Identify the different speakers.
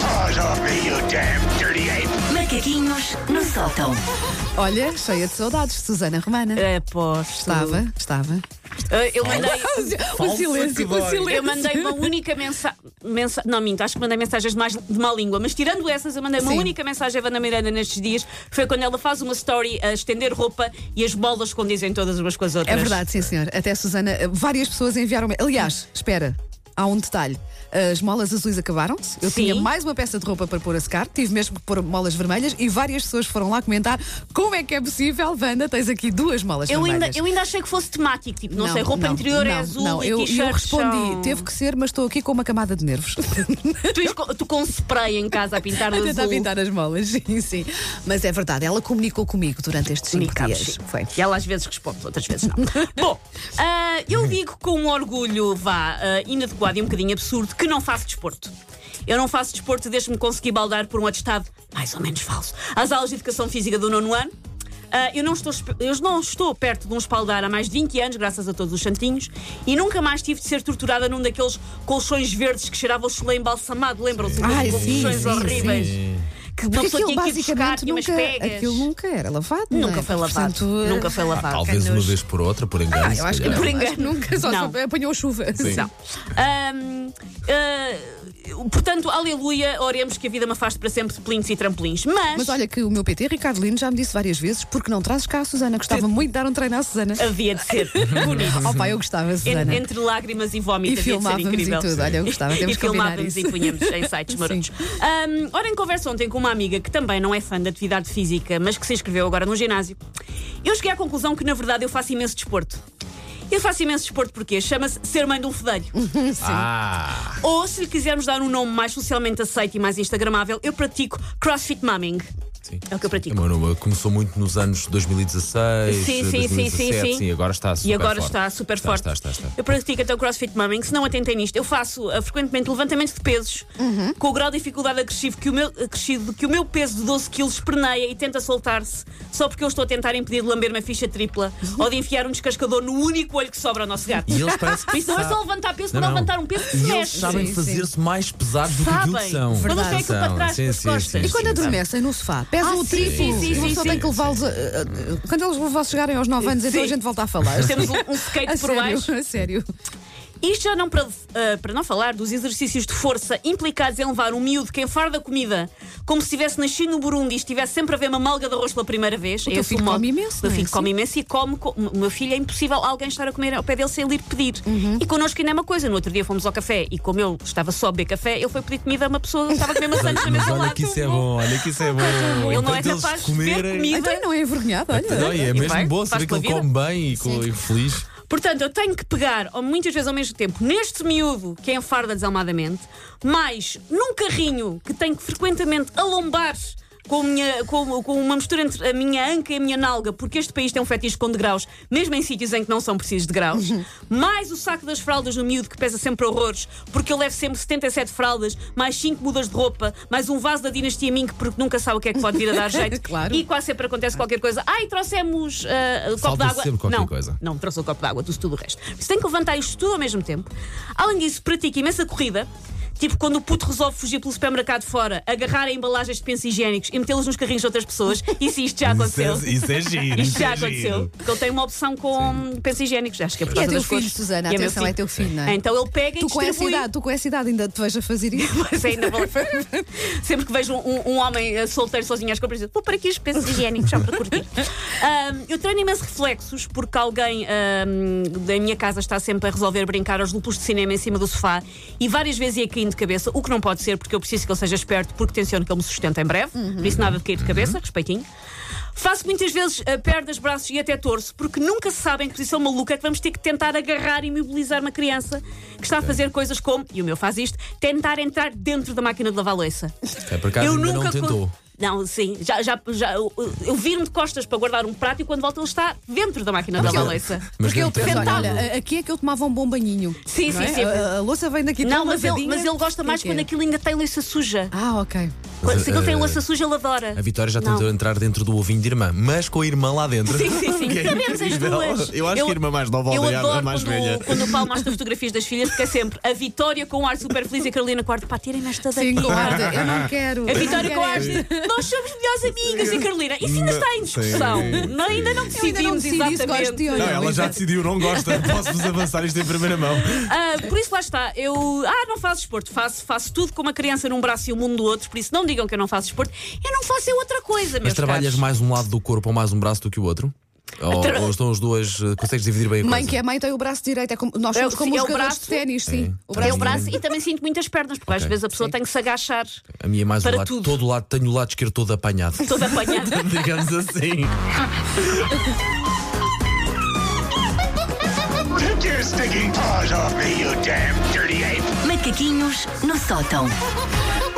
Speaker 1: me, you damn dirty ape!
Speaker 2: Macaquinhos no sótão.
Speaker 3: Olha, cheia de saudades, Susana Romana.
Speaker 4: É Aposto.
Speaker 3: Estava, estava.
Speaker 4: Ah, Eu mandei.
Speaker 3: o silêncio, o silêncio.
Speaker 4: Eu mandei uma única mensagem. Mensa... Não, minto, acho que mandei mensagens mais de má língua, mas tirando essas, eu mandei uma
Speaker 3: Sim.
Speaker 4: única mensagem a Vanda Miranda nestes dias. que Foi quando ela faz uma story a estender roupa e as bolas condizem todas umas com as outras.
Speaker 3: É verdade, sim, senhor. Até Susana, eh, várias pessoas enviaram. Aliás, espera, há um detalhe. As molas azuis acabaram-se. Eu
Speaker 4: Sim.
Speaker 3: tinha mais uma peça de roupa para pôr a secar, tive mesmo que pôr molas vermelhas e várias pessoas foram lá comentar como é que é possível, Wanda, tens aqui duas molas
Speaker 4: Eu ainda,
Speaker 3: vermelhas.
Speaker 4: eu ainda achei que fosse temático, tipo, não, sei, roupa
Speaker 3: não,
Speaker 4: interior é
Speaker 3: não,
Speaker 4: azul
Speaker 3: Não,
Speaker 4: e
Speaker 3: eu,
Speaker 4: t-shirts
Speaker 3: eu respondi,
Speaker 4: são-
Speaker 3: teve que ser, mas estou aqui com uma camada de nervos.
Speaker 4: Tu, és co- tu com spray em casa a pintar de
Speaker 3: a tentar
Speaker 4: azul.
Speaker 3: pintar as molas, sim, sim. Mas é verdade, ela comunicou comigo durante estes cinco
Speaker 4: Comunicámos,
Speaker 3: dias.
Speaker 4: sim.
Speaker 3: Foi.
Speaker 4: E ela às vezes responde, outras vezes não. Bom, ah, eu digo com um orgulho, vá, ah, inadequado e um bocadinho absurdo, que não faço desporto. Eu não faço desporto desde me conseguir baldar por um atestado mais ou menos falso. Às aulas de Educação Física do nono ano, ah, eu, não estou, esp- eu não estou perto de um espaldar há mais de 20 anos, graças a todos os santinhos, e nunca mais tive de ser torturada num daqueles colchões verdes que cheirava o chulé embalsamado, lembram-se?
Speaker 3: Ai,
Speaker 4: Aqueles
Speaker 3: sim,
Speaker 4: colchões
Speaker 3: sim,
Speaker 4: horríveis. Que uma pessoa
Speaker 3: aquilo
Speaker 4: tinha que ir buscar,
Speaker 3: basicamente
Speaker 4: tinha umas
Speaker 3: nunca,
Speaker 4: pegas.
Speaker 3: aquilo nunca era lavado. não
Speaker 4: Nunca
Speaker 3: é?
Speaker 4: foi lavado.
Speaker 3: Portanto,
Speaker 4: nunca foi
Speaker 3: ah,
Speaker 4: lavado.
Speaker 5: Talvez uma
Speaker 3: nojo.
Speaker 5: vez por outra, por engano.
Speaker 3: Ah,
Speaker 5: se
Speaker 3: eu acho que
Speaker 5: calhar.
Speaker 4: é Por
Speaker 3: não,
Speaker 4: engano.
Speaker 3: acho que nunca só
Speaker 4: Não.
Speaker 3: se apanhou chuva.
Speaker 4: Não. Ahm, ah, portanto, aleluia, oremos que a vida me afaste para sempre de plintos e trampolins. Mas,
Speaker 3: Mas olha que o meu PT, Ricardo Lino, já me disse várias vezes porque não trazes cá a Susana. Gostava muito de dar um treino à Susana.
Speaker 4: havia de ser bonito.
Speaker 3: Oh pai, eu gostava,
Speaker 4: En-
Speaker 3: Susana.
Speaker 4: Entre lágrimas e
Speaker 3: E
Speaker 4: vómito, É, havia de ser
Speaker 3: filmávamos
Speaker 4: incrível.
Speaker 3: e tudo. Olha, eu gostava, temos
Speaker 4: e
Speaker 3: que combinar
Speaker 4: filmávamos
Speaker 3: isso.
Speaker 4: e punhamos em sites marotos. Ahm, ora, em conversa ontem com uma amiga que também não é fã de atividade física, mas que se inscreveu agora no ginásio, eu cheguei à conclusão que, na verdade, eu faço imenso desporto. Eu faço imenso desporto porque chama-se ser mãe de um fedelho.
Speaker 3: Uhum.
Speaker 5: Ah,
Speaker 4: Ou, se lhe quisermos dar um nome mais socialmente aceito e mais instagramável, eu pratico CrossFit Mumming.
Speaker 5: sim.
Speaker 4: É o que eu pratico.
Speaker 5: Mano, começou muito nos anos 2016,
Speaker 4: Sim, sim, sim,
Speaker 5: 2017,
Speaker 4: sim, sim.
Speaker 5: agora está super
Speaker 4: e agora
Speaker 5: forte.
Speaker 4: está super
Speaker 5: Está,
Speaker 4: forte.
Speaker 5: Está, está, está.
Speaker 4: Eu pratico até o CrossFit Mumming, se não atentem nisto. Eu faço ah, frequentemente levantamento de pesos
Speaker 5: Uhum.
Speaker 4: com o grau de dificuldade acrescido que o meu, acrescido que o meu peso de 12 kg perneia e tenta soltar-se só porque eu estou a tentar impedir de lamber uma ficha tripla ou de enfiar um descascador no único olho que sobra ao nosso gato.
Speaker 5: E eles parecem que
Speaker 4: Por isso não é
Speaker 5: sa-
Speaker 4: só levantar peso,
Speaker 5: Não,
Speaker 4: para
Speaker 5: não.
Speaker 4: levantar um peso que se
Speaker 5: E eles
Speaker 4: mexe.
Speaker 5: sabem
Speaker 3: Sim,
Speaker 5: fazer-se mais pesados do que aquilo
Speaker 4: Sabem.
Speaker 5: que são.
Speaker 4: Verdade. Quando eles têm aquilo para trás,
Speaker 5: Sim,
Speaker 4: com as
Speaker 5: sim,
Speaker 4: costas.
Speaker 5: sim,
Speaker 3: E quando
Speaker 5: sim,
Speaker 3: adormecem no sofá, pesam
Speaker 4: Ah,
Speaker 3: o
Speaker 4: sim,
Speaker 3: triplo.
Speaker 4: sim, sim,
Speaker 3: e uma
Speaker 4: sim,
Speaker 3: pessoa
Speaker 4: sim.
Speaker 3: tem que levá-los. a- a- a- Quando eles vão chegarem aos 9 anos, então
Speaker 4: Sim.
Speaker 3: a gente volta a falar.
Speaker 4: Temos um- um skate
Speaker 3: a
Speaker 4: por baixo.
Speaker 3: sério, a sério.
Speaker 4: Isto já não para, ah, para não falar dos exercícios de força implicados em levar um miúdo que enfarda comida como se tivesse nascido no Burundi e estivesse sempre a ver uma malga de arroz pela primeira vez.
Speaker 3: teu
Speaker 4: Esse
Speaker 3: filho
Speaker 4: modo-
Speaker 3: come imenso,
Speaker 4: Meu
Speaker 3: não é
Speaker 4: filho
Speaker 3: assim?
Speaker 4: come imenso e come. co- O meu filho é impossível alguém estar a comer ao pé dele sem ele ir pedir.
Speaker 3: Uhum.
Speaker 4: E connosco ainda é uma coisa. No outro dia fomos ao café e, como eu estava só a beber café, ele foi pedir comida a uma pessoa que estava a comer maçãs na
Speaker 5: Mas
Speaker 4: mesa ao
Speaker 5: olha
Speaker 4: lado.
Speaker 5: que isso é bom, olha que isso é bom.
Speaker 4: Ele não é
Speaker 5: Enquanto eles
Speaker 4: capaz de ver
Speaker 5: comerem-
Speaker 4: comida.
Speaker 3: Então não é envergonhado, olha.
Speaker 5: Não, e é
Speaker 4: E vai,
Speaker 5: mesmo bom
Speaker 4: faz
Speaker 5: saber que
Speaker 4: pela
Speaker 5: ele
Speaker 4: vida.
Speaker 5: come bem e, com, e feliz.
Speaker 4: Portanto, eu tenho que pegar, ou muitas vezes ao mesmo tempo, neste miúdo que enfarda desalmadamente, mais num carrinho que tenho que frequentemente alombar com, a minha- com- com uma mistura entre a minha anca e a minha nalga, porque este país tem um fetiche com degraus, mesmo em sítios em que não são precisos degraus, mais o saco das fraldas do miúdo que pesa sempre horrores, porque eu levo sempre 77 fraldas, mais 5 mudas de roupa, mais um vaso da dinastia Mink, porque nunca sabe o que é que pode vir a dar jeito.
Speaker 3: Claro.
Speaker 4: E quase sempre acontece qualquer coisa. Ai, trouxemos ah, copo
Speaker 5: Falta
Speaker 4: de água.
Speaker 5: sempre qualquer
Speaker 4: não,
Speaker 5: coisa.
Speaker 4: não, trouxe o copo de água, trouxe tudo o resto. Você tem que levantar isto tudo ao mesmo tempo. Além disso, pratica imensa corrida. Tipo, quando o puto resolve fugir pelo supermercado fora, agarrar a embalagens de pensos higiênicos e metê-los nos carrinhos de outras pessoas, e se isto já
Speaker 5: Isso
Speaker 4: aconteceu.
Speaker 5: é, isso é giro.
Speaker 4: Isto já
Speaker 5: isso é giro.
Speaker 4: aconteceu. Porque ele tem uma opção com pensos higiênicos. Acho que é
Speaker 3: E
Speaker 4: por
Speaker 3: é
Speaker 4: causa
Speaker 3: teu
Speaker 4: das
Speaker 3: filho,
Speaker 4: cores.
Speaker 3: Susana,
Speaker 4: E meu
Speaker 3: atenção, é teu filho, não é?
Speaker 4: Então ele pega e
Speaker 3: Tu com, essa
Speaker 4: distribui.
Speaker 3: idade, tu com essa idade ainda te vejo a fazer isso.
Speaker 4: Mas ainda vou- Sempre que vejo um, um homem eh, solteiro sozinho às compras, eu digo, vou para aqui os pensos higiênicos só para curtir. Ahm, eu treino imenso reflexos porque alguém ahm, da minha casa está sempre a resolver brincar aos lupus de cinema em cima do sofá e várias vezes ia caindo de cabeça, o que não pode ser porque eu preciso que ele seja esperto porque tenciono que ele me sustenta em breve. Por isso nada de cair de cabeça, respeitinho. Faço muitas vezes eh, pernas, braços e até torso, porque nunca se sabe em que posição maluca é que vamos ter que tentar agarrar e mobilizar uma criança que está a fazer coisas como, e o meu faz isto, tentar entrar dentro da máquina de lavar louça.
Speaker 5: É, por acaso ainda não
Speaker 4: con-
Speaker 5: tentou.
Speaker 4: Não, sim, já, já, já eu, eu viro-me de costas para guardar um prato e quando volto ele está dentro da máquina de lavar louça.
Speaker 5: Mas
Speaker 3: Porque ele
Speaker 5: deve ter
Speaker 3: pensa,
Speaker 5: tentado.
Speaker 3: olha, a- aqui é que eu tomava um bom banhinho.
Speaker 4: Sim,
Speaker 3: não
Speaker 4: sim,
Speaker 3: é?
Speaker 4: sim.
Speaker 3: A, a louça vem daqui tão
Speaker 4: Não, Então, mas é? ele,
Speaker 3: lavadinha.
Speaker 4: mas ele gosta mais
Speaker 3: Porquê?
Speaker 4: quando aquilo ainda tem louça suja.
Speaker 3: Ah, ok.
Speaker 4: Quando- Se aquilo tem
Speaker 5: a-
Speaker 4: louça suja, ele adora.
Speaker 5: eh, A Vitória já
Speaker 4: Não.
Speaker 5: tentou entrar dentro do ovinho de irmã, mas com a irmã lá dentro.
Speaker 4: Sim, sim, sim.
Speaker 5: Que é
Speaker 4: Sabemos as
Speaker 5: incrível.
Speaker 4: duas.
Speaker 5: Eu acho que a irmã mais nova
Speaker 4: eu
Speaker 5: odeia
Speaker 4: adoro
Speaker 5: a mais
Speaker 4: quando,
Speaker 5: velha.
Speaker 4: Quando o Paulo mostra fotografias das filhas, porque é sempre a Vitória com um ar super feliz e a Carolina Quarto, pá, tirem-me esta daqui.
Speaker 3: Sim, guarda, eu não quero.
Speaker 4: A
Speaker 3: eu não
Speaker 4: Vitória
Speaker 3: quero
Speaker 4: com ar
Speaker 3: esta.
Speaker 4: de nós somos melhores amigas e a Carolina. Isso ainda
Speaker 5: Não,
Speaker 4: está em discussão.
Speaker 5: sim,
Speaker 4: Não, ainda não
Speaker 3: Eu ainda não
Speaker 4: decidimos
Speaker 3: decidi se gosto de
Speaker 4: exatamente.
Speaker 3: olho.
Speaker 5: Não, ela já
Speaker 3: Exato.
Speaker 5: decidiu, não gosta. Posso-vos avançar isto em primeira mão.
Speaker 4: Ah, por isso lá está, eu ah, não faço desporto, faço, faço tudo com uma criança num braço e o mundo do outro, por isso não digam que eu não faço desporto, eu não faço é outra coisa, meus
Speaker 5: Mas trabalhas
Speaker 4: caros.
Speaker 5: mais um lado do corpo ou mais um braço do que o outro? Ou,
Speaker 4: Tra-
Speaker 5: ou estão os dois. eh, Consegues dividir bem a
Speaker 3: Mãe
Speaker 5: coisa?
Speaker 3: que é mãe tem o braço direito. É como, nós
Speaker 4: É o-
Speaker 3: somos como
Speaker 4: sim, é
Speaker 3: os
Speaker 4: o
Speaker 3: jogadores
Speaker 4: braço.
Speaker 3: de ténis, sim.
Speaker 5: É.
Speaker 3: O
Speaker 4: É
Speaker 3: braço
Speaker 4: o braço e também sinto muitas pernas, porque às
Speaker 5: Ok.
Speaker 4: vezes a pessoa
Speaker 3: Sim.
Speaker 4: tem que se agachar
Speaker 5: A minha é mais
Speaker 4: Para
Speaker 5: o lado.
Speaker 4: tudo.
Speaker 5: Todo o lado, tenho o lado esquerdo todo apanhado.
Speaker 4: toda apanhada.
Speaker 5: Digamos assim.
Speaker 1: Take your stinking paws off me, you damn dirty ape!
Speaker 2: Macaquinhos no sótão.